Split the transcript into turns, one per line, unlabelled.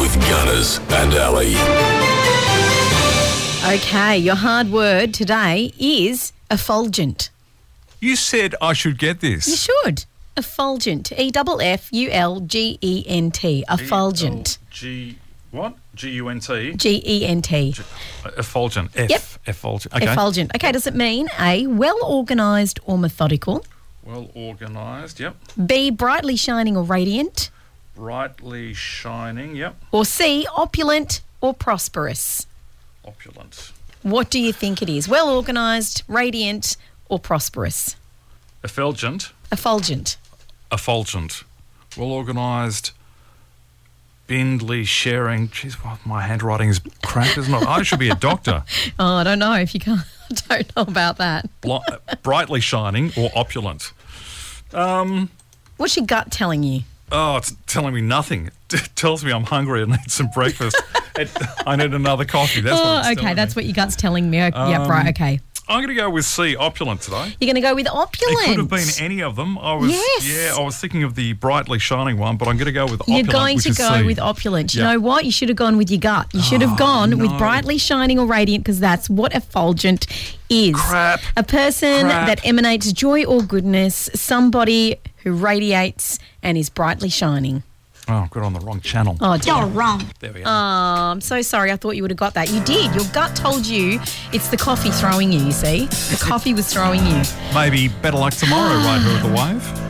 Maz and Ali.
Okay, your hard word today is effulgent.
You said I should get
You
this.
should. Effulgent. E double F U L G E N T. Effulgent.
G what? G U N T.
G E N T.
Effulgent. F.
Yep.
Effulgent. Okay.
Effulgent. Okay, does it mean A, well organised or methodical?
well organised. Yep.
B, brightly shining or radiant?
Brightly shining. Yep.
Or C, opulent or prosperous?
Opulent.
What do you think it is? Well organised, radiant or prosperous?
Effulgent.
Effulgent.
Effulgent. Well organised. Bindley sharing. Jeez, well, my handwriting is crap, isn't it? I should be a doctor.
Oh, I don't know if you can't. I don't know about that.
Bli- brightly shining or opulent.
What's your gut telling you?
Oh, it's telling me nothing. It tells me I'm hungry and need some breakfast. It- I need another coffee. That's what
oh,
it's
okay.
telling
That's
me.
what your gut's telling me. Okay, yeah, right. Okay.
I'm going to go with C, opulent today.
You're going to go with opulent.
It could have been any of them. I was
Yes.
yeah, I was thinking of the brightly shining one, but I'm going to go with
You're
opulent.
going
which
to
is
go
C.
with opulent. You
Yeah. Oh,
know what? You should have gone with your gut. You should have gone with brightly shining or radiant because that's what effulgent is.
Crap.
A person
Crap.
that emanates joy or goodness, somebody who radiates and is brightly shining.
Oh, I've got it on the wrong channel.
Oh, dear.
There we are.
I'm so sorry. I thought you would have got that. You did. Your gut told you it's the coffee throwing you, you see? The coffee was throwing you. ah.
Maybe better luck tomorrow, right here at the wave.